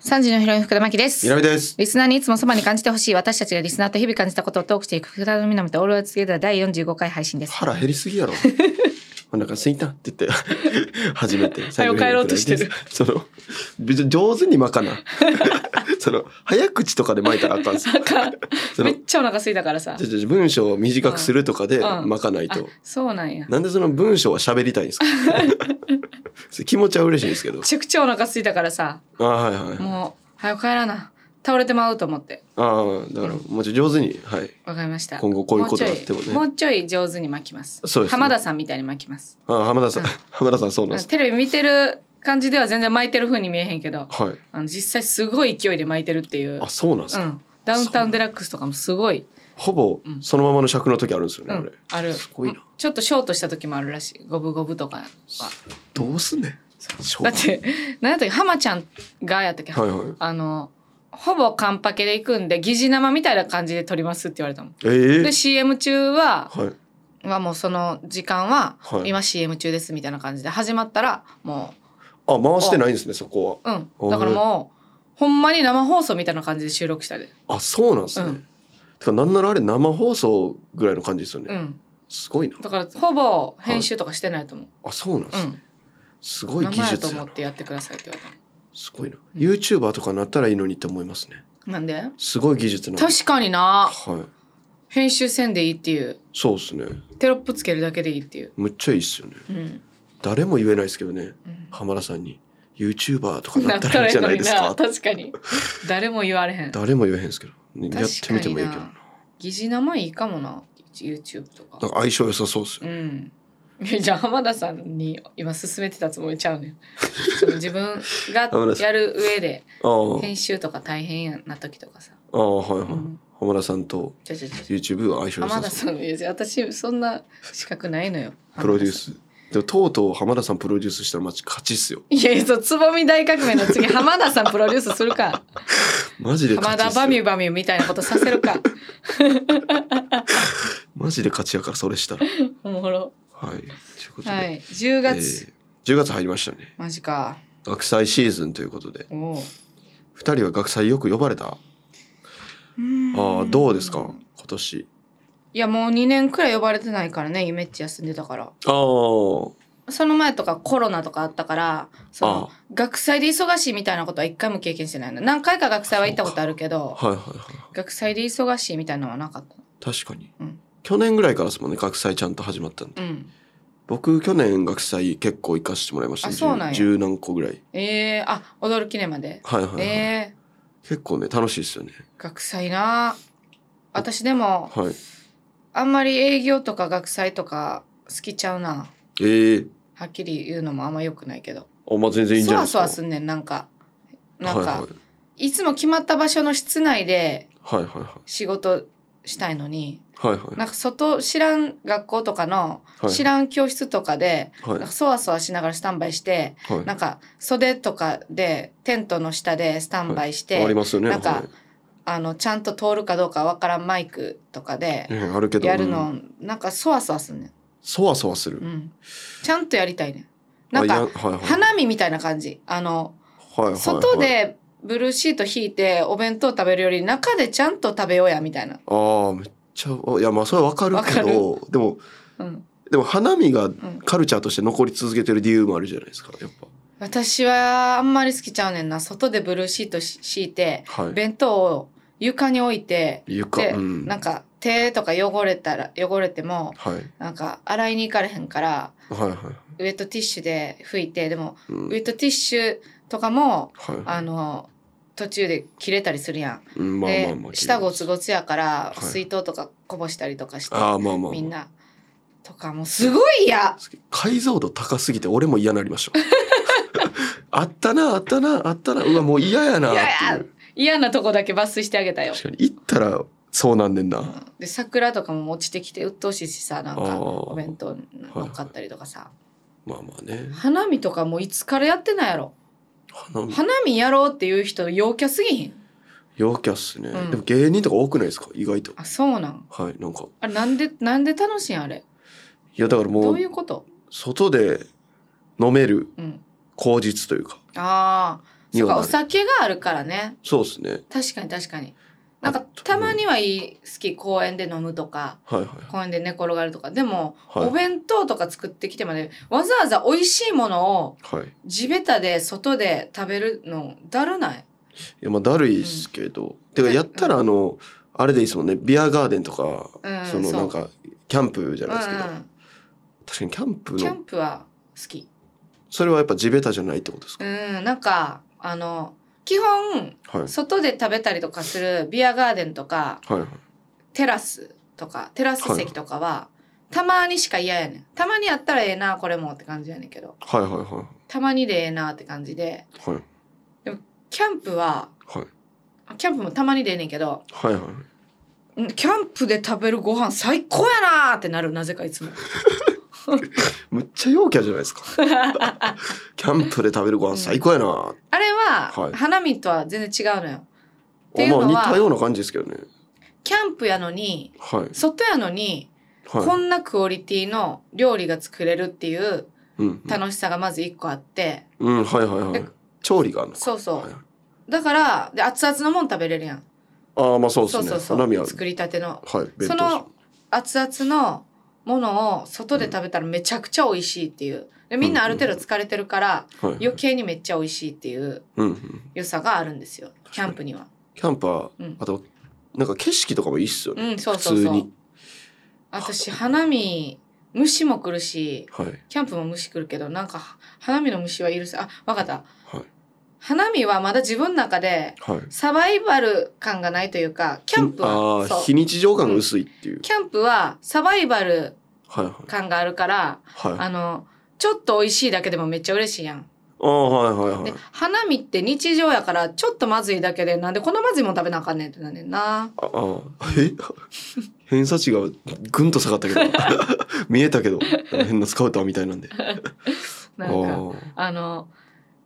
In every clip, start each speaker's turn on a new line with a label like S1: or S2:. S1: 三時のヒロイン福田真希です。
S2: 南です。
S1: リスナーにいつもそばに感じてほしい私たちがリスナーと日々感じたことをトークしていく福田の南とオールアツゲダー第45回配信です。
S2: 腹減りすぎやろ。お腹すいたって言 って、初めて。
S1: 早く帰ろうとしてる。
S2: その、別に上手に巻かな。 その、早口とかで巻いたらあかんす。そ
S1: め
S2: の、
S1: っちゃお腹空いたからさ
S2: ちょ。ちょ文章を短くするとかで
S1: うん
S2: 巻かない
S1: あ
S2: と。、
S1: そうなんや。め
S2: なんでその文章は喋りたいん ですかそれ気持ちは嬉しいんですけど。
S1: ちゃくちゃお腹空いたからさ、
S2: あはいはい。
S1: もう早く帰らな。倒れてまうと思って。
S2: ああ、だからもうちょい上手に、はい。
S1: わかりました。
S2: 今後こういうことがあってもね
S1: うちょいうちょい上手に巻きます。
S2: そうですね
S1: 浜田さんみたいに巻きます。
S2: あ浜田さん
S1: うん、
S2: 浜田さんそうなんです。
S1: テレビ見てる感じでは全然巻いてる風に見えへんけど、
S2: はい。
S1: あの実際すごい勢いで巻いてるっていう。
S2: あ、そうなんです
S1: う
S2: か。
S1: ん。ダウンタウンデラックスとかもすごい。
S2: ほぼ
S1: うん
S2: そのままの尺の時あるんですよ
S1: う
S2: ね、こ
S1: ん
S2: れ。、
S1: ある
S2: すごいな
S1: ちょっとショートした時もあるらしい五分五分とかは
S2: どうすんねん。そう
S1: だって何やったっけ浜ちゃんがやったっけ、
S2: はいはい。
S1: あのほぼカンパケで行くんで疑似生みたいな感じで撮りますって言われたもん
S2: ええ
S1: で CM 中は
S2: はい。
S1: はもうその時間は、
S2: はい
S1: 今 CM 中ですみたいな感じで始まったらも
S2: あ、回してないんですね、そこ
S1: うう
S2: お
S1: ん
S2: い
S1: だからもうほんまに生放送みたいな感じで収録したで
S2: は。あ、そうなんですね。
S1: うん
S2: てか、なんならあれ生放送ぐらいの感じですよ
S1: う
S2: ね。
S1: ん
S2: すごいな。
S1: だからほぼ編集とかしてないと思う、
S2: あ、そうなんですね。すご
S1: うん
S2: い技
S1: 生やと
S2: 術
S1: 思
S2: や
S1: っ
S2: な。
S1: てやってくださいって言われたも
S2: すごいな。
S1: ん
S2: ユーチューバーとかなったらいいのにって思いますね。
S1: んなんです
S2: ごい技術なんで
S1: 確かにな
S2: はい。
S1: 編集せんでいいっていう
S2: そうですね。
S1: テロップつけるだけでいいっていう、
S2: むっちゃいいっすよね。
S1: うん
S2: 誰も言えないですけどね。
S1: うん
S2: 浜田さんに。ユーチューバーとか
S1: な
S2: な
S1: っ
S2: ったた
S1: ら
S2: らい
S1: いい
S2: いじゃ
S1: の
S2: ない
S1: に
S2: ですか
S1: な。確かに誰も言われへん
S2: 誰も言えへんですけど。ねやっ
S1: 確
S2: て
S1: か
S2: みても
S1: に
S2: いいけど
S1: な。疑似生いいかもな YouTube とか
S2: なんか相性良さそうっすよ。
S1: うんいやじゃあ浜田さんに今勧めてたつもりちゃう ねんその自分が
S2: 浜田さん
S1: やる上で
S2: ああ、
S1: 編集とか大変な時とかさ、
S2: ああ、はいはい。
S1: うん
S2: 浜田さんと
S1: じゃじゃじゃ
S2: YouTube は相性良
S1: 浜
S2: さ
S1: 田
S2: そう。
S1: さんいやじゃあ私そんな資格ないのよ
S2: プロデュース。でもとうとう浜田さんプロデュースしたらマジ勝ちっすよ。
S1: いやいやそうつぼみ大革命の次浜田さんプロデュースするか
S2: マジで
S1: 浜
S2: 勝ちっ
S1: 田
S2: すよ
S1: バミュバミュみたいなことさせる か
S2: マジで勝ちやからそれしたら。はい。
S1: おもろ
S2: ということで。
S1: はい10
S2: えー
S1: 月、
S2: 10月入りましたね。
S1: マジか
S2: 学祭シーズンということで。
S1: おう
S2: 二人は学祭よく呼ばれた。ああ、どうですか今年。
S1: いやもう2年くらい呼ばれてないからねゆめっち休んでたから
S2: ああ。
S1: その前とかコロナとかあったからその
S2: ああ
S1: 学祭で忙しいみたいなことは一回も経験してないの何回か学祭は行ったことあるけど
S2: はいはいはい。
S1: 学祭で忙しいみたいなのはなかっ
S2: 確かに。
S1: うん
S2: 去年ぐらいからですもんね、学祭ちゃんと始まったんで。
S1: たうん
S2: 僕、去年学祭結構行かしてもらいました、
S1: あそうなんや
S2: 十十何個ぐらい。
S1: えー、あ踊る記念まで、
S2: はいはい、はい
S1: え
S2: 結構ね楽しいですよね
S1: ー、学祭な私でも
S2: はい
S1: あんまり営業とか学祭とか好きちゃうな
S2: ええー、
S1: はっきり言うのもあんま良くないけど
S2: あまあ全然いいんじ
S1: そ
S2: ゃない
S1: わ
S2: です
S1: そ
S2: か
S1: わすんねんなんかなんか、
S2: はい
S1: いつも決まった場所の室内で
S2: はい、はいはい
S1: 仕事したいのに
S2: はいはい
S1: なんか外知らん学校とかの
S2: はい
S1: 知らん教室とかで、
S2: はい
S1: なんかそわそわしながらスタンバイして、
S2: はい
S1: なんか袖とかでテントの下でスタンバイして、
S2: ありますよね
S1: なんか
S2: はい
S1: あのちゃんと通るかどうかわからんマイクとかで
S2: ええあるけど
S1: やる
S2: う
S1: の、
S2: ん
S1: なんかそわそわすんねん、
S2: そわそわする、
S1: うん、ちゃんとやりたいねんな
S2: あ
S1: ん
S2: いや
S1: か
S2: はいはい
S1: 花見みたいな感じあの
S2: はいはいはい
S1: 外でブルーシート引いてお弁当食べるより中でちゃんと食べようやみたいな、
S2: ああめっちゃあいやまあそれはわかるけどでも
S1: うん、
S2: でも花見が
S1: ん
S2: カルチャーとして残り続けてる理由もあるじゃないですかやっ
S1: 私はあんまり好きちゃうねんな外でブルーシートし敷いて
S2: ぱはい
S1: 弁当を床に置いて
S2: 床
S1: で、
S2: うん
S1: なんか手とか汚れたら汚れても
S2: はい
S1: なんか洗いに行かれへんから
S2: はいはい
S1: ウェットティッシュで拭いてでも
S2: うん
S1: ウェットティッシュとかも
S2: はい
S1: あの途中で切れたりするやん。
S2: うんまあまあ
S1: で
S2: まあ
S1: 下ごつごつやから
S2: い
S1: 水筒とかこぼしたりとかして
S2: ああまあまあ
S1: みんなとかもうすごい嫌
S2: 解像度高すぎて俺も嫌になりました あったなあったなあったなうわもう嫌やなって
S1: 嫌
S2: い
S1: や
S2: う
S1: 嫌なとこだけ抜粋してあげたよ
S2: 確かに行ったらそうなんねんな、
S1: で桜とかも落ちてきて鬱陶しいしさなん
S2: あ
S1: か
S2: ー
S1: お弁当に乗っかったりとかさ、
S2: まあまあね
S1: 花見とかもういつからやってないやろ
S2: 花見
S1: 花見やろうっていう人陽キャすぎひん
S2: 陽キャっすね、
S1: うん
S2: でも芸人とか多くないですか意外と
S1: あそうなん
S2: はいなんか
S1: あれなんでなんで楽しいんあれ
S2: いやだから
S1: ど
S2: もう
S1: ういうこと
S2: 外で飲める
S1: うん
S2: こ口実というか
S1: ああそ
S2: 要
S1: うか
S2: は
S1: お酒があるからね
S2: そうですね
S1: 確かに確かになん
S2: あ
S1: か
S2: と
S1: たまにはいい好き公園で飲むとか
S2: はいはい
S1: 公園で寝転がるとかでも、
S2: はい
S1: お弁当とか作ってきてまでわざわざ美味しいものを
S2: はいい
S1: 地べたで外で食べるのだるない
S2: やまあだるいですけど、てかやったらあのあれでいいですもんねビアガーデンとか、
S1: うん
S2: その
S1: そう
S2: なんかキャンプじゃ
S1: うん
S2: ないですけど、
S1: う
S2: 確かにキャンプ
S1: ん、キャ
S2: の
S1: ンプは好き
S2: それはやっぱ地べたじゃないってことですか、
S1: うんなんかあの基本
S2: はい
S1: 外で食べたりとかするビアガーデンとか
S2: はいはい
S1: テラスとかテラス席とかは、たまにしか嫌やねんたまにやったらええなこれもって感じやねんけど
S2: はいはいは
S1: たまにでええなって感じで
S2: いはい
S1: キャンプは
S2: はい
S1: キャンプもたまにでええねんけど
S2: はいはい
S1: んキャンプで食べるご飯最高やなーってなるなぜかいつも
S2: むっちゃ陽キャじゃないですか キャンプで食べるご飯最高やな、
S1: あれ
S2: は
S1: はい花見とは全然違うのよっていうの
S2: ま
S1: は
S2: あ似たような感じですけどね
S1: キャンプやのに
S2: はい
S1: 外やのにこ
S2: はい
S1: んなクオリティの料理が作れるっていう
S2: うん
S1: 楽しさがまず一個あって
S2: うん、うん、はいはいは
S1: え
S2: い調理があるのか
S1: そうそ
S2: はいう
S1: だからで熱々のもん食べれるやん
S2: ああまあそうです
S1: そう
S2: ね
S1: そう
S2: 花見
S1: そ
S2: は
S1: う作りたての
S2: はい弁
S1: そ
S2: 当
S1: の熱々のものを外で食べたらめちゃくちゃ美味しいっていうでみんなある程度疲れてるから
S2: はい
S1: 余計にめっちゃ美味しいっていう
S2: うんうん、
S1: 良さがあるんですよキャンプには
S2: キャンパー、
S1: うん
S2: あとなんか景色とかもいいっすよ
S1: う
S2: ね、
S1: んそうそう
S2: 普通
S1: そう
S2: に
S1: 私花見虫も来るし
S2: はい
S1: キャンプも虫来るけどなんかは花見の虫はいるさあわかった
S2: はい
S1: 花見はまだ自分の中で
S2: はい
S1: サバイバル感がないというかキャンプ
S2: あ
S1: は
S2: あ
S1: そう
S2: 非日常感が薄いっていう、
S1: キャンプはサバイバル
S2: はいはい
S1: 感があるから
S2: はいあ
S1: あのちょっと美味しいだけでもめっちゃ嬉しいやん。
S2: あはいはいは
S1: で
S2: い
S1: 花見って日常やからちょっとまずいだけでなんでこんなまずいもん食べなあかんねんってなんねんな。
S2: ああえ 偏差値がぐんと下がっ たけど見えたけど変なスカウターみたいなんで
S1: なん
S2: あ
S1: か
S2: あ
S1: あの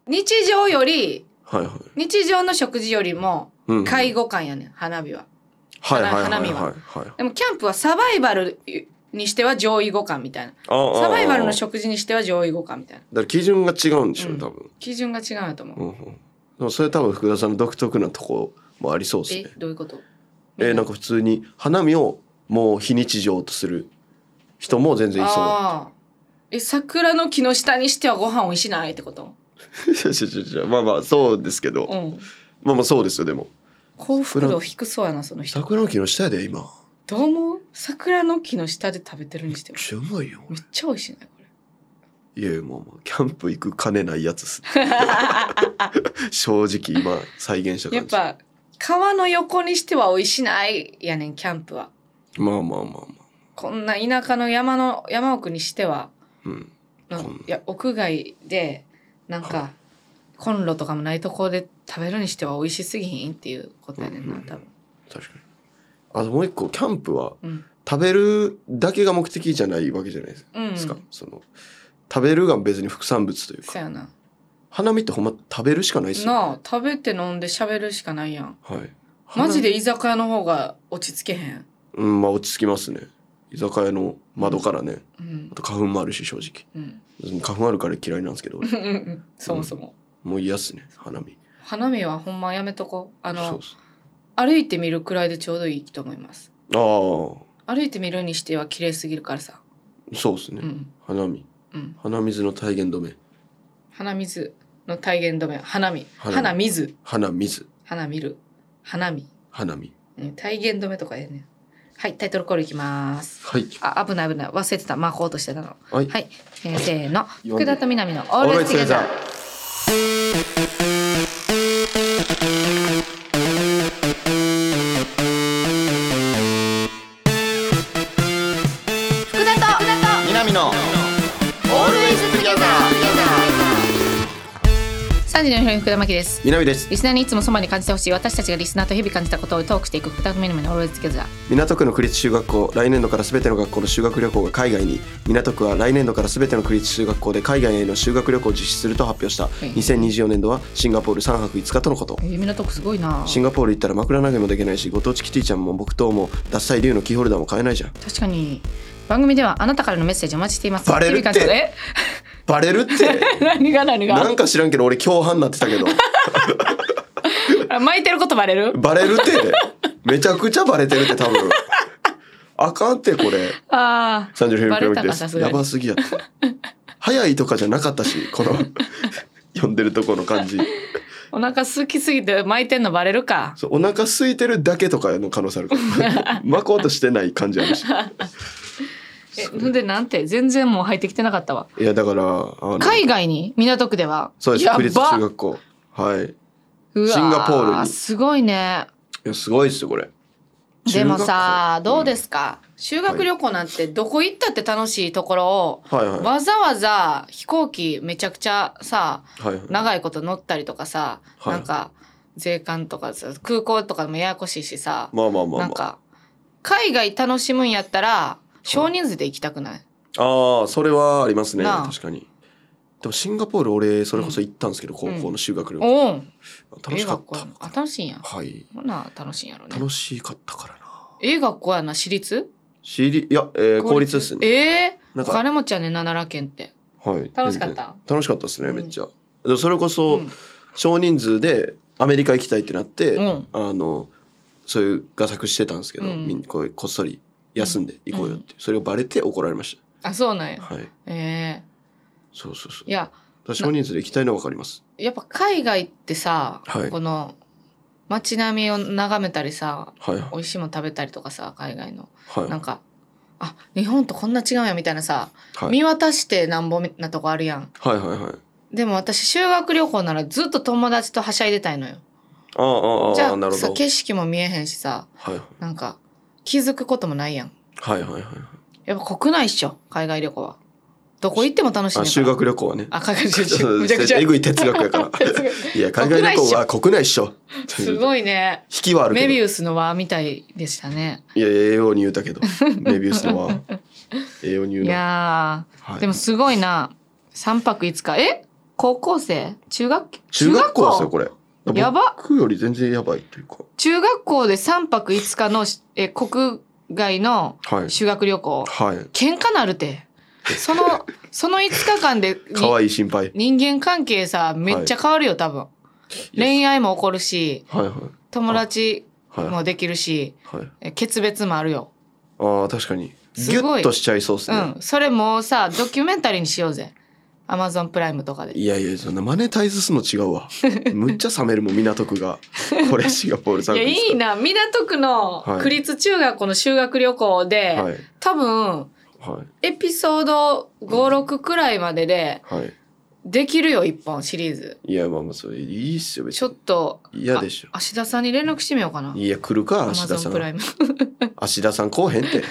S1: 日常より
S2: はいはい
S1: 日常の食事よりも
S2: うん
S1: 介護感やねん花火は。
S2: はいはいはい
S1: 花見は
S2: はいはい
S1: でもキャンプはサバイバルにしては上位互換みたいな。
S2: ああ
S1: サバイバルの
S2: だか
S1: 食事にしては上位互換みたいな。
S2: ら基準が違うんでしょうね多分、
S1: 基準が違うんやと思う。
S2: うんうん、でもそれ多分福田さんの独特なとこもありそうです
S1: え
S2: ね
S1: どういうこと
S2: えーなんか普通に花見をもう非日常とする人も全然いそう
S1: ああえ桜の木の下にしてはご飯美味しないってこと
S2: いやいやいやいやまあまあそうですけど、
S1: うん
S2: まあまあそうですよでも
S1: 幸福度低そうやなその人
S2: 桜の木の下やで今
S1: どう思う桜の木の下で食べてるにして
S2: め
S1: も
S2: っちゃうまいよ
S1: めっちゃ美味しいねこれ
S2: いやいやもうもうキャンプ行く金ないやつ っす正直今再現した
S1: やっ
S2: 感じ
S1: ぱ川の横にしては美味しないやねんキャンプは
S2: まあまあまあまあ
S1: こんな田舎の山の山奥にしては
S2: うん
S1: の
S2: こんない
S1: や屋外でなんか、
S2: は
S1: コンロとかもないところで食べるにしては美味しすぎひんっていうことやねんな
S2: うんうん
S1: 多分、
S2: 確かにあともう一個キャンプは
S1: うん
S2: 食べるだけが目的じゃないわけじゃないです
S1: うん、
S2: か、
S1: そ
S2: その食べるが別に副産物という
S1: う
S2: か
S1: やな
S2: 花見ってほんま食べるしかないっすよ、
S1: なあ食べて飲んで喋るしかないやん
S2: はい
S1: マジで居酒屋の方が落ち着けへん、
S2: うんまあ落ち着きますね居酒屋の窓からね
S1: うん
S2: あと花粉もあるし正直
S1: うん、
S2: 別に花粉あるから嫌いなんですけど俺
S1: うんうんそもそも、
S2: もう嫌っすね花見
S1: 花見はほんまやめとこうあ
S2: そう
S1: の
S2: っす
S1: 歩いてみるくらいでちょうどいいと思います
S2: ああそ
S1: 歩いてみるにしては綺麗すぎるからさ
S2: うっすね、
S1: うん
S2: 花見
S1: うん
S2: 鼻水の体現止め
S1: 花水の体現止め花見
S2: 花見
S1: 花水
S2: 鼻水
S1: 花見る花見、
S2: 花見
S1: うん、体現止めとかやねはいタイトルコールいきます
S2: はい
S1: あ危ない危ない忘れてた巻こうとしてたの
S2: はい
S1: はい、えー、せーの
S2: 呼んで
S1: 福田と南のオールイズトゥゲザー福田と
S2: 南のオールイズトゥギャザ
S1: 三時のヒロイン福田真希です
S2: 南です
S1: リスナーにいつもそばに感じてほしい私たちがリスナーと日々感じたことをトークしていく福田と南のオールイズトゥゲザー
S2: 港区の区立中学校来年度からすべての学校の修学旅行が海外に港区は来年度からすべての区立中学校で海外への修学旅行を実施すると発表した
S1: い
S2: 2024年度はシンガポール3泊5日とのこと
S1: 夢のトークすごいな
S2: シンガポール行ったら枕投げもできないしご当地キティちゃんも僕ともダッサい竜のキーホルダーも買えないじゃん
S1: 確かに番組ではあなたからのメッセージお待ちしています
S2: バレるって
S1: 日々感じたえ
S2: バレる って
S1: 何が何
S2: な
S1: が
S2: んか知らんけど俺共犯になってたけど
S1: あ巻いてることバレる
S2: バレるってめちゃくちゃバレてるって多分あかんってこれ
S1: ああ
S2: 三十
S1: バレたか
S2: で
S1: さ
S2: す
S1: すが
S2: や
S1: に
S2: ばすぎやった早いとかじゃなかったし この読んでるとこの感じ
S1: お腹空きすぎて巻いてんのバレるか
S2: そうお腹空いてるだけとかの可能性あるから 巻こうとしてない感じあるし
S1: えほんでなんて全然もう入ってきてなかったわ
S2: いやだからあの
S1: 海外に港区では
S2: そうです
S1: やば
S2: 国立中学校はいう
S1: わ
S2: シンガポールに
S1: すごいね
S2: いやすごいっすよこれ、
S1: でもさどうですすか、修学旅行なんてどこ行ったって楽しいところを、
S2: うんはいはい
S1: わざわざ飛行機めちゃくちゃさ
S2: はいはい
S1: 長いこと乗ったりとかさ、
S2: はい
S1: なんか税関とかさ空港とかもややこしいしさ、
S2: まあまあまあ
S1: なん
S2: まあ
S1: か海外楽しむんやったら少人数で行きたくない、
S2: ああそれはありますね
S1: なあ
S2: 確かにでもシンガポール俺それこそ行ったんですけど、高校の修学旅行、
S1: おん
S2: 楽しかっ
S1: ええ学校や
S2: た
S1: なあ楽しいんや
S2: はい
S1: ほな楽しいんやろね
S2: 楽しかったからな
S1: ええ学校やな私立
S2: 知りいや、えー、公立ですね
S1: ええ
S2: なん
S1: お
S2: か
S1: 金持ちやね奈良県って
S2: はい
S1: 楽しかった
S2: 全然楽しかったですね
S1: うん
S2: めっちゃ、でもそれこそ、
S1: うん
S2: 少人数でアメリカ行きたいってなって、
S1: うん
S2: あのそういう画策してたんですけど、
S1: うん
S2: みんこうこっそり休んで行こうよって、それをバレて怒られまし
S1: あそうなんや
S2: たはい
S1: え
S2: そうそうそう
S1: えいや
S2: だから少人数で行きたいのは分かります
S1: やっぱ海外ってさ、
S2: はい
S1: この街並みを眺めたりさ
S2: はいはい
S1: 美味しいもの食べたりとかさ海外の
S2: はい
S1: なんかあ日本とこんな違うんやみたいなさ、
S2: はい
S1: 見渡してなんぼなとこあるやん
S2: はいはいはい
S1: でも私修学旅行ならずっと友達とはしゃいでたいのよ
S2: ああああ
S1: じ
S2: あ
S1: ゃ
S2: あな
S1: あ
S2: るほ
S1: さ
S2: ど
S1: 景色も見えへんしさ
S2: はい
S1: なんか気づくこともないやん
S2: はいはいはいはい
S1: やっぱ国内っしょ海外旅行はどこ行っても楽しいねんか
S2: あ
S1: ら
S2: 修学旅行はね
S1: あ海外
S2: ち
S1: 旅
S2: ょっと
S1: 行むちゃくちゃ
S2: えぐい哲学 やから いや海外旅行は国内っしょ
S1: す
S2: い
S1: ごいね
S2: 引きはあるけ
S1: メ
S2: ど
S1: ビ
S2: い
S1: ウスの輪みたいでしたね
S2: や栄養に言うた けどメビウスのは栄養に言う
S1: い
S2: な、
S1: や
S2: は
S1: ー
S2: い、
S1: でもすごいな3泊5日え高校生中学
S2: 中学校ですよこれ
S1: やば
S2: 僕より全然やばいというか
S1: 中学校で3泊5日のえ国外の
S2: はい
S1: 修学旅行
S2: はい
S1: 喧嘩なるてそのその5日間で に
S2: 可愛い心配
S1: 人間関係さめっちゃ変わるよ多分恋愛も起こるし
S2: はいはい
S1: 友達
S2: はい
S1: もできるし
S2: はい
S1: え決別もあるよ
S2: あー確かにギ
S1: す
S2: ュ
S1: ごい
S2: ッとしちゃいそうです
S1: う
S2: ね、
S1: んそれもうさドキュメンタリーにしようぜアマゾンプライムとかで
S2: いやいやそんなマネタイズすんの違う わむっちゃ冷めるもん港区がこれシンガポールさん
S1: いやいいな港区の
S2: はい
S1: 区立中学校の修学旅行で、
S2: はい
S1: 多分
S2: はい
S1: エピソード56くらいまでで
S2: はい
S1: できるよ一本シリーズ
S2: いやまあまあそれいいっすよ別
S1: ちょっ
S2: に
S1: と
S2: 嫌でしょ
S1: 芦田さんに連絡してみようかない
S2: や来る
S1: ア
S2: か
S1: マ
S2: 芦田
S1: ゾ
S2: さ
S1: ンプラ
S2: ん
S1: イムち
S2: 芦田さん来おへんって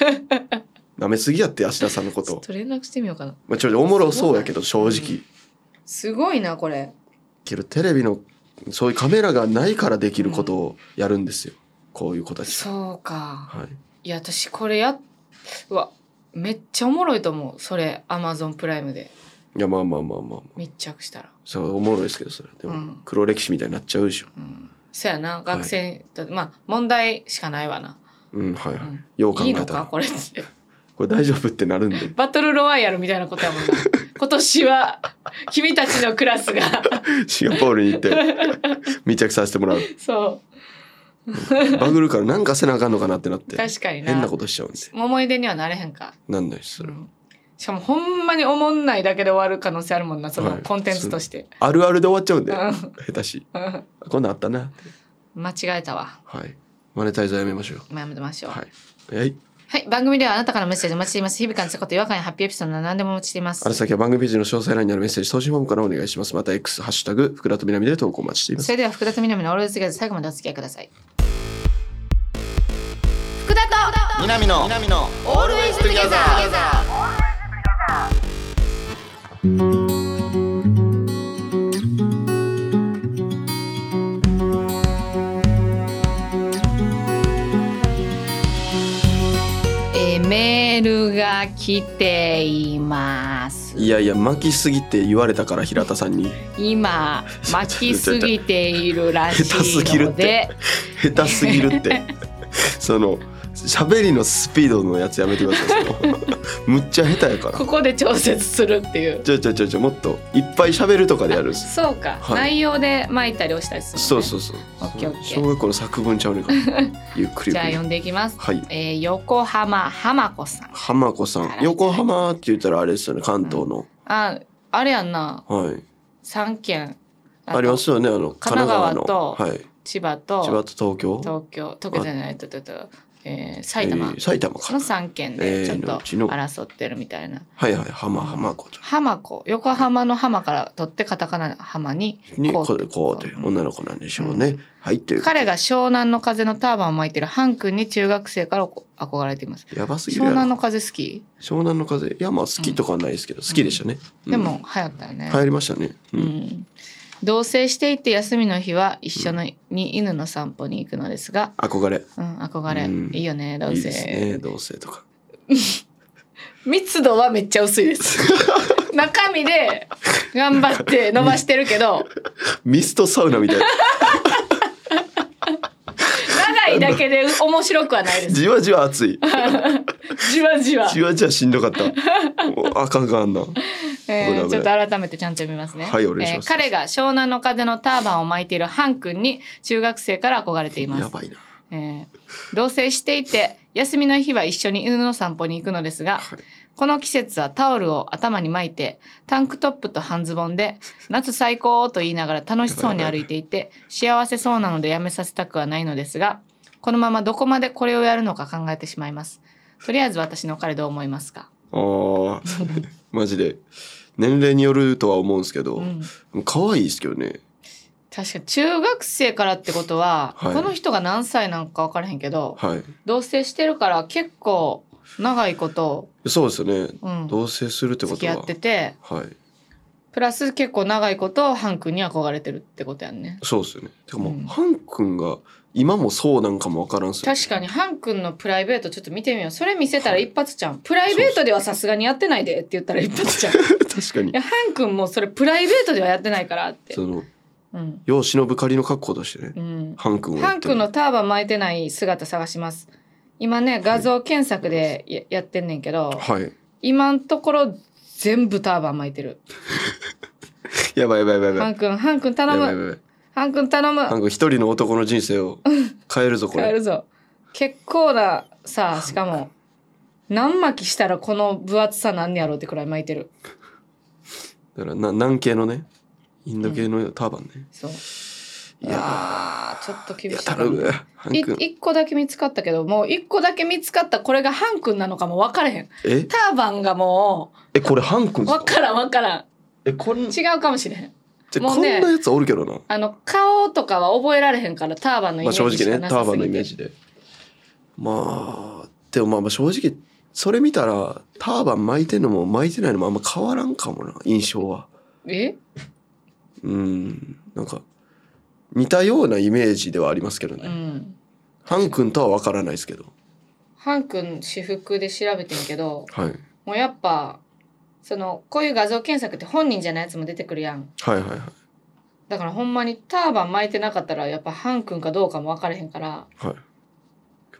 S2: 舐めすぎやって芦田さん のこ
S1: ょっ
S2: と、
S1: と連絡してみようかな
S2: まあ、ちょっとおもろそうやけど正
S1: すごい
S2: 直
S1: すごいなこれ
S2: けどテレビのそういうカメラがないからできることをやるんですよ、こういう子たちは
S1: そうか
S2: はい
S1: いや私これやうわめっちゃおもろいと思うそれアマゾンプライムで
S2: いやまあまあまあまあ、まあ、
S1: 密着したら
S2: そうおもろいですけどそれで
S1: う
S2: も
S1: ん
S2: 黒歴史みたいになっちゃうでしょ
S1: うんそやな学生だまあ問題しかないわな、
S2: うんはいは
S1: う
S2: い、
S1: ん
S2: よう考
S1: い
S2: え
S1: い
S2: た
S1: の
S2: ら
S1: かこれって
S2: これ大丈夫ってなるん で
S1: バトルロワイヤルみたいなことやも んな今年は君たちのクラスが
S2: シンガポールに行って密着させ てもらう
S1: そ
S2: バグるからなんかせなあかんのかなってなっ
S1: う
S2: て
S1: 確かにな
S2: 変なことしちゃうんで
S1: 思い出にはなれへんか、
S2: なんないですそれ
S1: うんしかもほんまに思んないだけで終わる可能性あるもんなそ
S2: は
S1: の
S2: い
S1: コンテンツとして、
S2: あるあるで終わっちゃうんで
S1: うん
S2: 下手し
S1: うん
S2: こんなんあったな
S1: 間違えたわ
S2: はいマネタイズはやめましょう
S1: やめてましょう
S2: はいはい
S1: はい、番組ではあなたからのメッセージお待ちしています。日々感じたこと、違和感やハッピーエピソードなど何でもお待ちしています
S2: あ。る先は番組ページの詳細欄にあるメッセージ送信フォームからお願いしますまた X ハッシュタグ福田と南で投稿お待ちしています
S1: それでは福田と南のオールデイズガーズ最後までお付き合いください。福田と
S3: 南の南のオールウェイズトゥギャザー
S1: えーメールが来ています。
S2: いやいや巻きすぎて言われたから平田さんに
S1: 今巻きすぎているらし
S2: 下手すぎ
S1: い
S2: る
S1: の
S2: って
S1: で、
S2: 下手すぎるってその喋りのスピードのやつやめてくださいそのむっちゃ下手やから
S1: ここで調節するっていう
S2: ちょちょちょちょもっといっぱい喋るとかでやるんです
S1: そうか、
S2: はい
S1: 内容で巻いたり押したりする、ね、
S2: そうそうそう
S1: オッケーオッケー
S2: 小学校の作文ちゃうねんからゆっくりゆっくり
S1: じゃあ読んでいきます、
S2: はい
S1: えー、横浜浜子さん
S2: 浜子さん横浜って言ったらあれですよね関東の、
S1: ああれやんな
S2: はい
S1: 三県
S2: ありますよねあの神
S1: 神奈
S2: 奈川
S1: 川
S2: の
S1: と
S2: はい、
S1: 千葉
S2: 千葉
S1: と
S2: と東京
S1: 東京東京じゃないととと、えー、埼
S2: え
S1: 玉、
S2: ー埼玉
S1: そ
S2: か
S1: の三県でちょっ
S2: えー
S1: と
S2: うちの
S1: 争ってるみたいな、
S2: はいはい浜浜子ちゃ
S1: 浜子横浜の浜から取ってカタカナの浜に
S2: んに
S1: こ
S2: こ
S1: う
S2: うこうという女の子なんでしょうね、はいという
S1: 彼が湘南の風のターバンを巻いてるハン君に中学生からこ憧れています
S2: やばすぎる
S1: 湘
S2: やろ
S1: 南の風好き、
S2: 湘南の風いやまあ好きとかはないですけど、好きでしたね、うん
S1: でも流行ったよね、
S2: 流行りましたね、う
S1: うんん、同棲していて休みの日は一緒のに犬の散歩に行くのですが、
S2: 憧れ
S1: うん、憧れ、
S2: うん
S1: いいよね同棲
S2: いいですね同棲とか
S1: 密度はめっちゃ薄いです 中身で頑張って伸ばしてるけど
S2: ミストサウ ナみたいな
S1: 長いだけで面白くはないです
S2: じわじわ熱い
S1: じわじわ
S2: じわじわしんどかったもうあかんかんな
S1: え
S2: 危な
S1: ー
S2: い
S1: ちょっと改めてちゃんと読みますね。
S2: はいお願いします
S1: えー彼が湘南の風のターバンを巻いているハン君に中学生から憧れていま
S2: や
S1: す。
S2: ばいな
S1: えー同棲していて休みの日は一緒に犬の散歩に行くのですが、
S2: はい
S1: この季節はタオルを頭に巻いてタンクトップと半ズボンで夏最高と言いながら楽しそうに歩いていて幸せそうなのでやめさせたくはないのですがこのままどこまでこれをやるのか考えてしまいます。とりあえず私の彼どう思いますか、
S2: あーマジで年齢によるとは思うんですけど、
S1: うん
S2: 可愛いですけどね
S1: 確かに中学生からってことは、
S2: はい
S1: この人が何歳なんか分からへんけど
S2: はい
S1: 同棲してるから結構長いこと、
S2: そうですよね、
S1: うん、
S2: 同棲するってこ
S1: 付
S2: と
S1: き合
S2: は
S1: ってて
S2: はい
S1: プラス結構長いことハン君に憧れてるってことやんね
S2: そうですよねてかもう、
S1: うん
S2: ハン君が今もそうなんかもわからんっすよね
S1: 確かにハン君のプライベートちょっと見てみようそれ見せたら一発じゃん、プライベートではさすがにやってないでって言ったら一発じゃんい
S2: 確かに
S1: やハン君もそれプライベートではやってないからって
S2: その
S1: うん
S2: よう忍ぶ仮の格好としてね、
S1: うん
S2: ハン君をや
S1: ハ
S2: っ
S1: ン
S2: てる
S1: 君のターバン巻いてない姿探します今ね画像検索でややってんねんけど、
S2: はい
S1: 今んところ全部ターバン巻いてる
S2: やばいやばいやばいやば
S1: ハ
S2: い
S1: ン君ハン君
S2: や
S1: 頼
S2: ばい
S1: む
S2: やばい
S1: ハン君頼
S2: ハン
S1: む
S2: 君一人の男の人生を変えるぞこ
S1: 変え
S2: れ
S1: るぞ結構なさしかも何巻きしたらこの分厚さなんやろうってくらい巻いてる
S2: だからな南系のねインド系のターバンね、
S1: そう
S2: いや
S1: あーちょっと
S2: ーい
S1: 厳
S2: や
S1: しいか
S2: 頼
S1: も
S2: むハ
S1: い
S2: ン君
S1: 一個だけ見つかったけどもう一個だけ見つかったこれがハン君なのかも分からへん
S2: え
S1: ターバンがも
S2: えこれハン
S1: う
S2: 君っす
S1: 分
S2: か
S1: からん分からん
S2: えこん
S1: 違うかもしれへん
S2: じゃ
S1: も
S2: こ
S1: うん
S2: な
S1: ね
S2: やつおるけどな、
S1: あの顔とかは覚えられへんからターバンのイ
S2: ま
S1: メ
S2: あ
S1: ージしか
S2: 正
S1: なさすぎて、
S2: 直ねターバンのイメージでまあでもまあまあ正直それ見たらターバン巻いてんのも巻いてないのもあんま変わらんかもな印象は
S1: え
S2: うんなんか似たようなイメージではありますけどね、
S1: うん
S2: ハン君とは分からないですけど
S1: ハン君私服で調べてんけど
S2: はい
S1: もうやっぱそのこういう画像検索って本人じゃないやつも出てくるやん
S2: はいはいはい
S1: だからほんまにターバン巻いてなかったらやっぱハン君かどうかも分からへんから、
S2: はい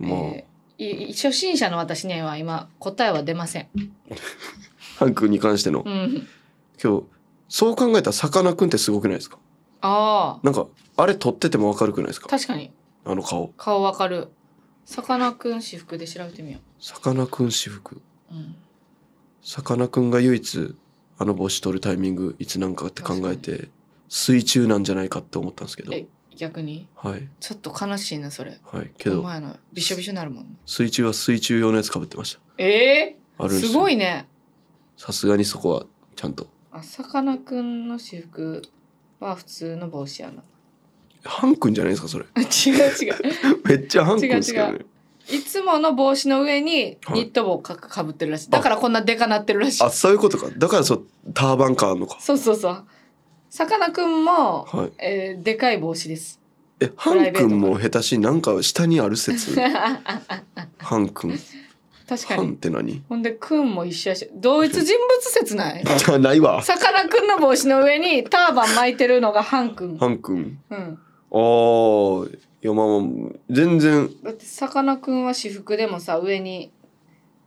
S2: まあ、
S1: えーい初心者の私には今答えは出ません
S2: ハン君に関しての
S1: うん
S2: 今日そう考えたらさかなクンってすごくないですか
S1: あ
S2: なんかあれ撮ってても分かるくないです
S1: あ
S2: か
S1: 確かに
S2: あの顔
S1: 顔分かるさかなクン私服で調べてみよ
S2: さかなクン私服
S1: う、うん、
S2: さかなクンが唯一あの帽子取るタイミングいつなんかって考えて水中なんじゃないかって思ったんですけど
S1: え逆に
S2: はい
S1: ちょっと悲しいなそれ
S2: はいけ
S1: お
S2: ど
S1: 前のびしょびしょになるもん
S2: 水中は水中用のやつかぶってまし
S1: え
S2: たあ
S1: ー、
S2: るんですすよ
S1: ごいね
S2: さすがにそこはちゃんと
S1: あさかなクンの私服は普通の帽子やな
S2: ハン君じゃないですかそれ
S1: 違 う違う
S2: めっちゃハン君ですけど
S1: 違う
S2: ね
S1: いつもの帽子の上に
S2: はい
S1: ニット帽かかぶってるらしいだからこんなでかなってるらしい
S2: あそういうことかだからそうターバン感あんのか
S1: そうそうそうさかなクンも、
S2: はい
S1: えーでかい帽子です
S2: えハン君も下手しなんか下にある説 ハン君
S1: 確か
S2: ハンっ
S1: に
S2: て何
S1: ほんでクンも一緒やし同一人物説ない
S2: じゃないわ
S1: さかなクンの帽子の上にターバン巻いてるのがハン君
S2: ハン君
S1: うん
S2: あーいやまあまあ全然
S1: だってさかなクンは私服でもさ上に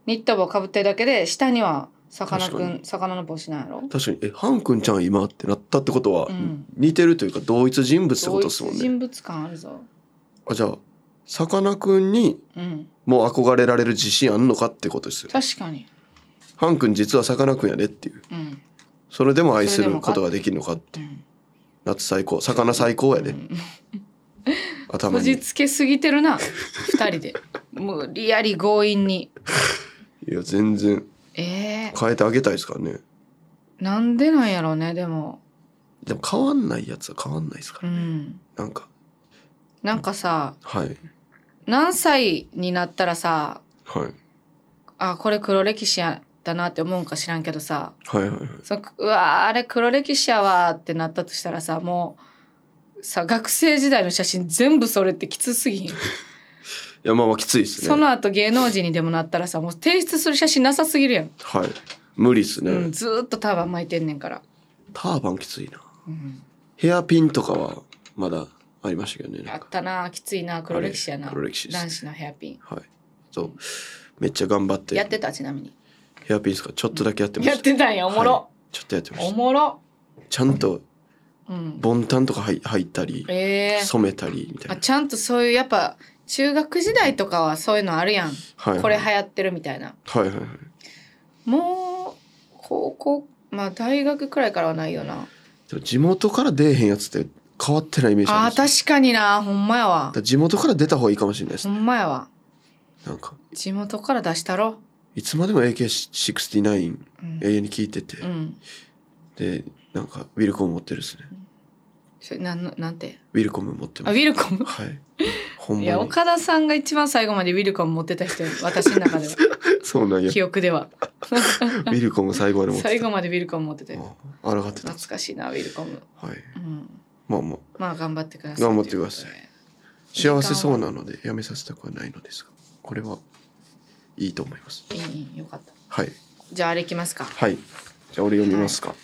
S1: ニット帽かぶってるだけで下にはさかなク
S2: 確か
S1: ン魚の帽子なんやろ
S2: 確かにえハンくんちゃん今ってなったってことは、
S1: うん
S2: 似てるというか同一人物ってことですもん
S1: 同一
S2: ね
S1: 人物感あるぞ
S2: あじゃあさかなクンに
S1: うん
S2: もう憧れられる自信あんのかってことですよ
S1: 確かに
S2: ハンくん実はさかなクンやでっていう
S1: うん
S2: それでも愛
S1: そ
S2: す
S1: れで
S2: る
S1: もか
S2: ことができるのか
S1: うん
S2: 夏最高魚最高やで、
S1: うん
S2: 頭
S1: こじ
S2: に
S1: つけすぎてるな二人でもうリアリ強引に
S2: いや全然
S1: え
S2: 変えてあげたいですからね
S1: ー、なんでなんやろねでも
S2: でも変わんないやつは変わんないですか
S1: う
S2: ら、
S1: ん
S2: なんか
S1: なんかさ
S2: はい
S1: 何歳になったらさ
S2: はい
S1: あこれ黒歴史やだなって思うんか知らんけどさ
S2: はいはいはい
S1: そのうわーあれ黒歴史やわーってなったとしたらさもうさ学生時代の写真全部それってきつすぎひん
S2: いやまあまあきついですね
S1: その後芸能人にでもなったらさもう提出する写真なさすぎるやん、
S2: はい無理っすね、
S1: うん、ずーっとターバン巻いてんねんから、
S2: ターバンきついな
S1: うん、
S2: ヘアピンとかはまだありましたけどねな
S1: あ
S2: ん
S1: っ
S2: か
S1: たなきついな黒歴史やな
S2: あれ黒歴史です
S1: 男子のヘアピン
S2: はいそうめっちゃ頑張って
S1: やってたちなみに
S2: ヘアピンですかちょっとだけやってました
S1: やってたんやおも
S2: は
S1: ろ、
S2: いちょっとやってま
S1: お
S2: した
S1: もろ
S2: ちゃんと
S1: うん
S2: ボンタンとかはい履いたり
S1: ええ
S2: 染めたりみた
S1: あ
S2: いな
S1: ちゃんとそういうやっぱ中学時代とかはそういうのあるやん、
S2: はい
S1: これ流
S2: はい
S1: 行ってるみたいな
S2: はいはい
S1: もう高校まあ大学くらいからはないよな
S2: でも地元から出えへんやつって変わってないイメージ
S1: あ
S2: あるん
S1: ー
S2: ですよ
S1: 確かになほんまや
S2: だ
S1: わ
S2: から地元から出た方がいいかもしれないです
S1: ほんまやわ
S2: なんか
S1: 地元から出したろ
S2: いつまでも AK69
S1: うん、
S2: 永遠に聞いてて、
S1: うん、
S2: でなんかウィルコム持ってるですね
S1: それなんのなんて
S2: ウィルコム持って
S1: あ
S2: ま
S1: ウ
S2: す
S1: ィルコム
S2: はいほんま
S1: い
S2: に
S1: や岡田さんが一番最後までウィルコム持ってた人や私の中 では
S2: そうなんや
S1: 記憶では
S2: ウィルコム最後まで持ってた
S1: 最後までウィルコム持ってたよ
S2: あらがってた
S1: 懐かしいなウィルコム、
S2: はい
S1: うん、
S2: まあまあ
S1: まあ頑張ってください
S2: 頑張ってください
S1: というこ
S2: 幸せそうなのでやめさせたくはないのですがこれはいいと思います
S1: とでいいいいよかった
S2: はい
S1: じゃああれいきますか
S2: はいじゃあ俺読みますか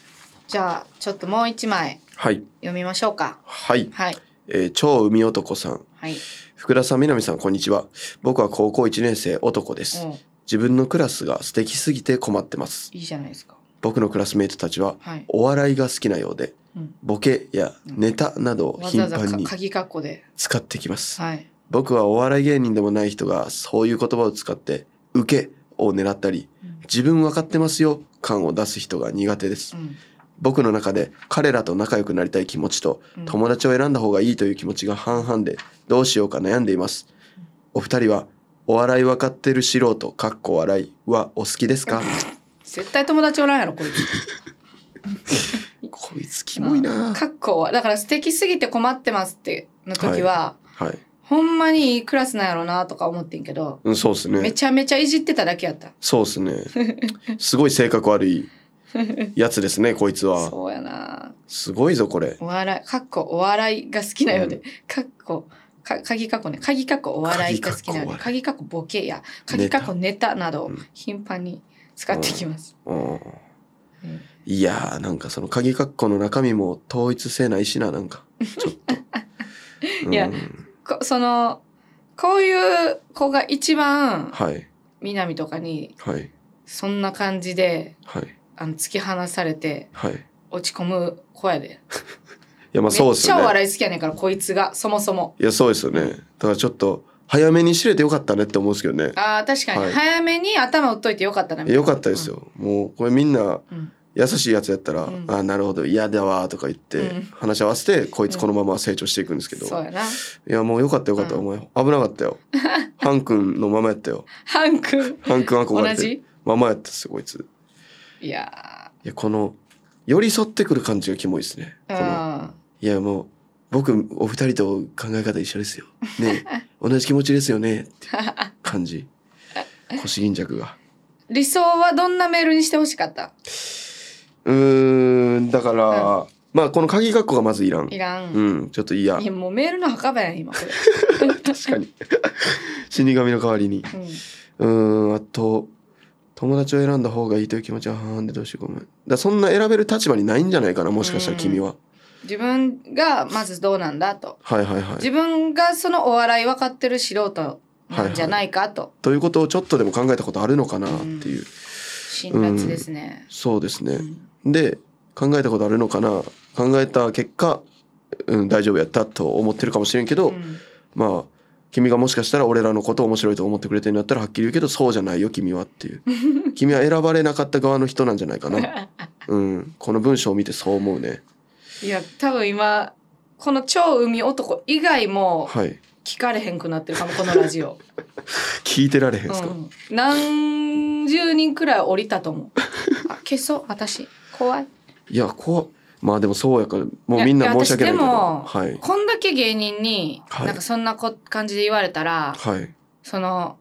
S1: じゃあちょっともう一枚
S2: はい
S1: 読みましょうか
S2: はい、
S1: はい
S2: えー超海男さん
S1: はい
S2: 福田さん南さんこんにちは僕は高校1年生男です
S1: おう
S2: 自分のクラスが素敵すぎて困ってます
S1: いいじゃないですか
S2: 僕のクラスメイトたちは
S1: はい、
S2: お笑いが好きなようで
S1: うん、
S2: ボケやネタなどを
S1: わ
S2: 頻
S1: ざわざ
S2: 繁
S1: か
S2: に
S1: 鍵括弧で
S2: 使ってきます
S1: はい
S2: 僕はお笑い芸人でもない人がそういう言葉を使って「受け」を狙ったり
S1: うん
S2: 「自分分かってますよ」感を出す人が苦手です
S1: うん
S2: 僕の中で彼らと仲良くなりたい気持ちと
S1: うん
S2: 友達を選んだ方がいいという気持ちが半々でどうしようか悩んでいますお二人はお笑い分かってる素人かっこ笑いはお好きですか
S1: 絶対友達おらんやろこい つ
S2: こいつキモいな
S1: かっこはだから素敵すぎて困ってますっての時は、
S2: はい、
S1: ほんまにいいクラスなんやろなとか思ってんけど、
S2: うん、そうです
S1: め
S2: ね
S1: ちゃめちゃいじってただけやった
S2: そうですねすごい性格悪いやつですねこいつは
S1: そうやな
S2: すごいぞこれ
S1: お笑いかっこお笑いが好きなようで、
S2: う
S1: かっこか鍵かっこね鍵かっこお笑いが好きなようで
S2: 鍵
S1: 鍵かっこボケや鍵かっこネタなどを
S2: うん
S1: 頻繁に使ってきます、
S2: うん
S1: うん
S2: いやーなんかその鍵括弧の中身も統一せないしななんかちょっとうん
S1: いやこそのこういう子が一番
S2: はい
S1: 南とかに
S2: はい
S1: そんな感じで
S2: はい
S1: あの突き放されて
S2: はいい
S1: 落ち込む子やで、
S2: やまあそう
S1: め
S2: っ
S1: っ
S2: す
S1: ちゃ
S2: よ
S1: お
S2: ね
S1: 笑い好きやねんからこいつがそもそも
S2: いやそうですよねだからちょっと早めに知れてよかったねって思うんですけどね
S1: あー確かに、
S2: はい
S1: 早めに頭打っといてよかったなみたいな
S2: よかったですよ、もうこれみんな
S1: うん
S2: 優しいやつやったら
S1: う
S2: 「
S1: ん
S2: あなるほど嫌だわ」とか言って、
S1: うん
S2: 話し合わせてこいつこのまま成長していくんですけど、
S1: そうやない
S2: やもうよかったよかった、
S1: うん
S2: お前危なかった よハン君のままやったよ
S1: ハン君
S2: ハン君はこ
S1: 同
S2: れてる
S1: じ
S2: ままやったっすよこいつ
S1: いや
S2: いやこの寄り添ってくる感じがキモいですね。この
S1: ーうん
S2: いやもう僕お二人と考え方一緒ですよ。ね え同じ気持ちですよねっていう感じ。腰巾着が。
S1: 理想はどんなメールにしてほしかった
S2: うーんだから、まあこの鍵括弧がまずいらん
S1: い。らん、
S2: うんちょっと嫌
S1: い。やもうメールの墓場やん今こ
S2: 確かに死神の代わりに。
S1: れ、うん、
S2: うーんあと友達を選んだ方がいいという気持ちは半々でどうしようごめん。だからそんな選べる立場にないんじゃないかなもしかしたら君は。
S1: 自分がまずどうなんだと
S2: はいはいはい
S1: 自分がそのお笑い分かってる素人なんじゃないかと
S2: ということをちょっとでも考えたことあるのかなっていう、
S1: 辛辣ですね、
S2: そうですね
S1: う、ん
S2: で考えたことあるのかな考えた結果、うん、大丈夫やったと思ってるかもしれんけど、
S1: うん
S2: まあ君がもしかしたら俺らのことを面白いと思ってくれてるんだったらはっきり言うけどそうじゃないよ君はっていう 君は選ばれなかった側の人なんじゃないかな、うん、この文章を見てそう思うね
S1: いや多分今この超海男以外も
S2: はい
S1: 聞かれへんくなってるかもこのラジ オ、
S2: 聞いてられへんすか、
S1: うん、何十人くらい降りたと思うあ消そう私怖い
S2: いやこわまあでもそうやからもうみんな申し訳ないけど
S1: いや私でも
S2: はい
S1: こんだけ芸人に
S2: はい
S1: なんかそんなこ感じで言われたら
S2: はい
S1: その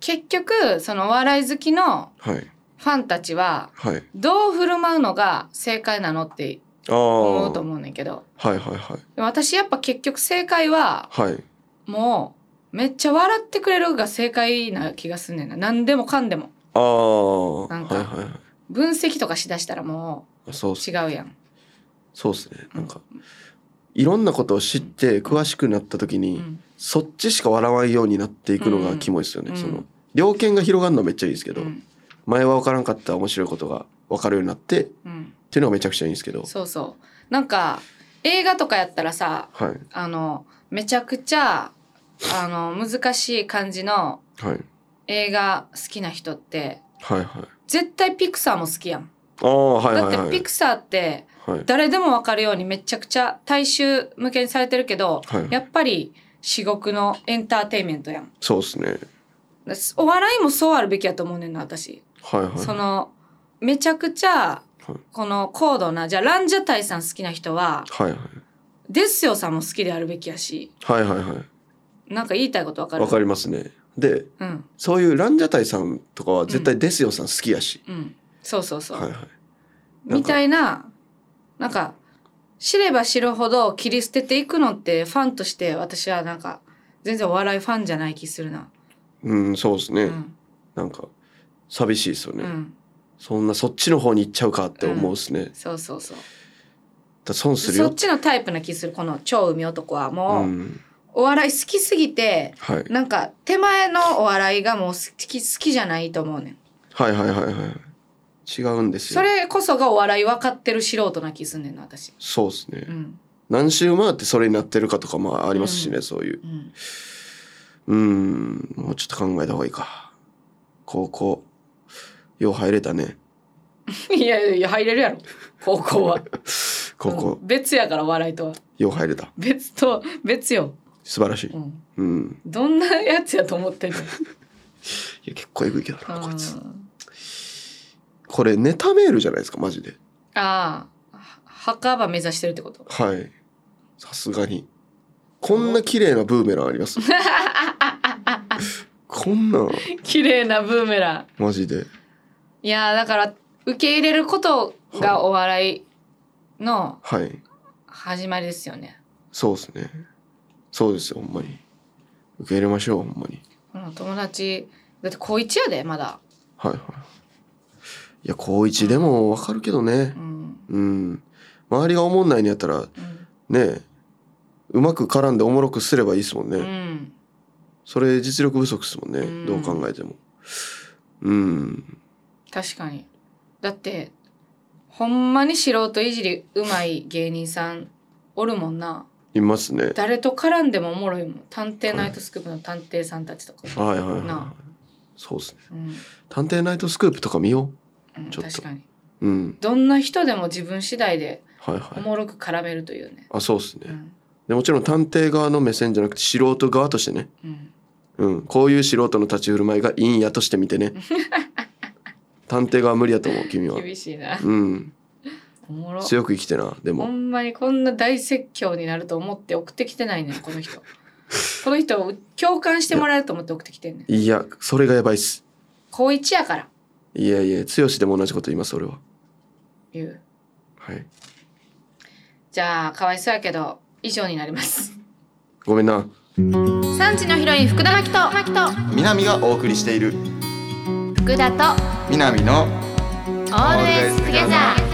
S1: 結局そのお笑い好きの
S2: はい
S1: ファンたちは
S2: はい
S1: どう振る舞うのが正解なのって
S2: あ
S1: 思
S2: あ
S1: うと思うねんけど
S2: はいはいはい
S1: でも私やっぱ結局正解は
S2: はい
S1: もうめっちゃ笑ってくれるが正解な気がすんねんな何でもかんでも
S2: ああは
S1: ないんか
S2: はいは
S1: 分析とかしだしたらも
S2: いそうっ
S1: う
S2: す
S1: 違うやん
S2: そうですねなんかいろんなことを知って詳しくなった時に、
S1: うん
S2: そっちしか笑わんようになっていくのがキモいですよね、
S1: うん
S2: そ
S1: うん
S2: の両剣が広がるのはめっちゃいいですけ
S1: う
S2: ど、
S1: ん
S2: 前は分からんかった面白いことが分かるようになってっ
S1: うん
S2: ていうのがめちゃくちゃいいんですけど
S1: そうそうなんか映画とかやったらさ
S2: はい
S1: あのめちゃくちゃあの難しい感じの
S2: はい
S1: 映画好きな人って
S2: はいはい
S1: 絶対ピクサーも好きやん
S2: ああはい
S1: だ
S2: はい
S1: っ
S2: は
S1: て
S2: い
S1: ピクサーって
S2: はい
S1: 誰でも分かるようにめちゃくちゃ大衆向けにされてるけど
S2: はい
S1: やっぱり至極のエンターテインメントやん
S2: そうですね
S1: お笑いもそうあるべきやと思うねんな私、
S2: はいはい
S1: そのめちゃくちゃ
S2: はい
S1: この高度なじゃあランジャタイさん好きな人は
S2: はいはい
S1: デッセオさんも好きであるべきやし
S2: はいはいは
S1: なんか言いたいこと分か
S2: い
S1: る
S2: わかりますねで
S1: うん
S2: そういうランジャタイさんとかは絶対ですよさん好きやし、
S1: うんそうそうそう、
S2: はいはいなんか
S1: みたいななんか知れば知るほど切り捨てていくのってファンとして私はなんか全然お笑いファンじゃない気するな、
S2: うんそうですね、
S1: うん
S2: なんか寂しいですよね、
S1: うん
S2: そんなそっちの方に行っちゃうかって思うですね、だか
S1: そうそうそう
S2: ら損する
S1: そ
S2: よ
S1: っちのタイプな気するこの超海男は
S2: う
S1: もう、
S2: ん
S1: お笑い好きすぎて
S2: はい、
S1: なんか手前のお笑いがもう好き好きじゃないと思うねん
S2: はいはいはいはい違うんですよ
S1: それこそがお笑い分かってる素人な気すんねんな私
S2: そうですね、
S1: うん
S2: 何周回ってそれになってるかとかまあありますしね、そういう
S1: うん
S2: うんもうちょっと考えた方がいいか高校よう入れたね
S1: いやいや入れるやろ高校は
S2: 高校、
S1: うん別やからお笑いとは
S2: よう入れた
S1: 別と別よ、
S2: 素晴らしい
S1: うん
S2: うん
S1: どんなやつやと思ってん の
S2: いや結構えぐいけどなこいつ
S1: うん
S2: これネタメールじゃないですかマジで
S1: ああは墓場目指してるってこと
S2: はいさすがにこんな綺麗なブーメランあ りますこんなん
S1: 綺麗なブーメラン
S2: マジで
S1: いやーだから受け入れることがお笑いの
S2: はい
S1: 始まりですよね、
S2: そうですねそうですよほんまに受け入れましょうほんまに
S1: うん友達だって高一やでまだ、
S2: はいはい。いや、高一でもわかるけどね
S1: う。ん
S2: うん。周りがおもんないんやったら、
S1: うん
S2: ねえ、うまく絡んでおもろくすればいいですもんね。
S1: うん、
S2: それ実力不足ですもんね。
S1: うん
S2: どう考えても。うん。
S1: 確かにだってほんまに素人いじりうまい芸人さんおるもんない
S2: ますね。
S1: 誰と絡んでもおもろいもん探偵ナイトスクープの探偵さんたちとか、
S2: はいはいはいは。
S1: ない
S2: そうですね。
S1: うん
S2: 探偵ナイトスクープとか見よ
S1: うん、
S2: ちょっと
S1: 確かに
S2: う。うん。
S1: どんな人でも自分次第で
S2: はいは
S1: お
S2: い。
S1: もろく絡めるというね、
S2: あ、そうです
S1: う
S2: ね。
S1: ん
S2: でもちろん探偵側の目線じゃなくて素人側としてね。
S1: うん、
S2: うん。こういう素人の立ち振る舞いがいいんやとして見 てね。探偵側は無理やと思う、君は。
S1: 厳しい な
S2: うん。
S1: おもろ
S2: 強く生きてなで
S1: ほ
S2: も
S1: んまにこんな大説教になると思って送ってきてないねん この人この人共感してもらえると思って送ってきてんねん
S2: いやそれがやばいっす
S1: 高一やから
S2: いやいや剛でも同じこと言います俺は
S1: 言う
S2: はい
S1: じゃあかわいそうやけど以上になります
S2: ごめんな
S1: 産地のヒロイン福田真希と真希と
S3: 南がお送りしている
S1: 福田と
S3: 南の
S1: オールウェイズトゥゲザー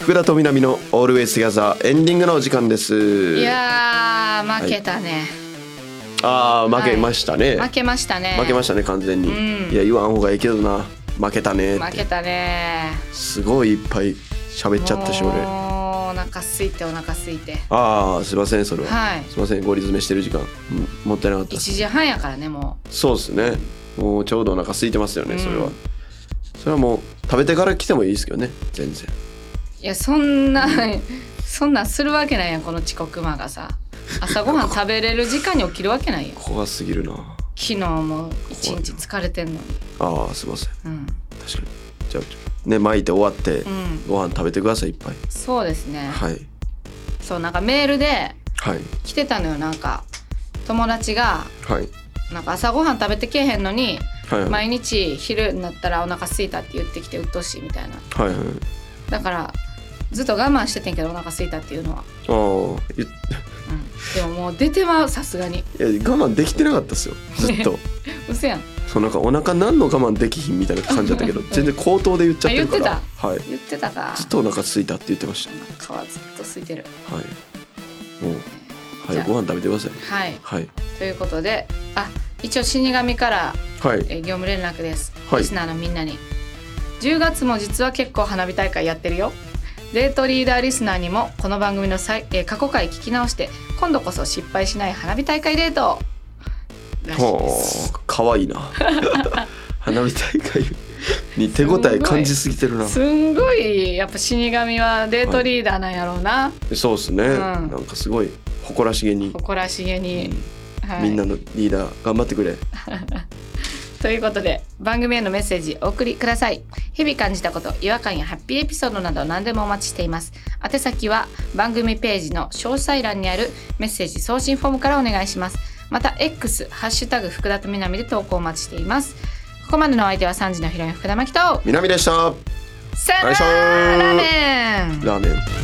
S2: 福田と南の「オールウェイス・ギャザー」エンディングのお時間です
S1: いやー負けたね、
S2: ああ負けましたね、
S1: 負けましたね
S2: 負けましたね完全に、
S1: うん
S2: いや言わん方がいいけどな負けたねっ
S1: 負け
S2: て
S1: たね
S2: すごいいっぱい喋っちゃったし
S1: もう
S2: 俺
S1: お腹空いてお腹空いて
S2: ああすいませんそれは、
S1: はい
S2: すいませんゴリ詰めしてる時間、うんもったいなかった
S1: 1時半やからねも
S2: そうですねもうちょうどお腹空いてますよねそれは、
S1: うん
S2: それはもう食べてから来てもいいですけどね全然
S1: ういやそんな そんなんするわけないやんこの遅刻魔がさ朝ごはん食べれる時間に起きるわけ ないやん
S2: 怖すぎるな
S1: 昨日も一日疲れてんのに
S2: ああすいません
S1: うん
S2: 確かにじゃあね巻いて終わって、
S1: うん
S2: ご飯食べてくださいいっぱい
S1: そうですね
S2: はい
S1: そうなんかメールで
S2: はい
S1: 来てたのよなんか友達が
S2: はい
S1: なんか朝ごはん食べてけえへんのに
S2: はいはい
S1: 毎日昼になったらお腹空いたって言ってきて鬱陶しいみたいな
S2: はいはい
S1: だからずっと我慢しててんけどお腹空いたっていうのは、
S2: ああ
S1: う
S2: い
S1: ん、でももう出てまうさすがに
S2: いや我慢できてなかったですよ ずっと
S1: うせやん
S2: そうなんかお腹何の我慢できひんみたいな感じ だったけど全然口頭で言っちゃってるから
S1: あ言って
S2: はい
S1: 言ってたか
S2: ずっとお腹空いたって言ってまし
S1: お腹はずっと空いてる
S2: たはいもうは
S1: じゃ
S2: い
S1: あ
S2: ご飯食べてください
S1: はい
S2: はい
S1: ということであ一応死神から
S2: はい
S1: えー業務連絡です、
S2: はい
S1: リスナーのみんなに10月も実は結構花火大会やってるよデートリーダーリスナーにもこの番組のさい、えー過去回聞き直して今度こそ失敗しない花火大会デートをらしいで
S2: ほ
S1: す
S2: うかわいいな 花火大会に手応え感じすぎてるな
S1: すんごいやっぱ死神はデートリーダーなんやろうな、
S2: そうですね、
S1: ん
S2: なんかすごい誇らしげに、
S1: 誇らしげに、はい、
S2: みんなのリーダー頑張ってくれ
S1: ということで番組へのメッセージお送りください日々感じたこと違和感やハッピーエピソードなど何でもお待ちしています宛先は番組ページの詳細欄にあるメッセージ送信フォームからお願いしますまた X「ハッシュタグ福田とみなみ」で投稿お待ちしていますここまでのお相手は3時のヒロイン福田真希と
S2: 南でした
S1: さよ
S2: お願いします
S1: ならラーメン
S2: ラーメン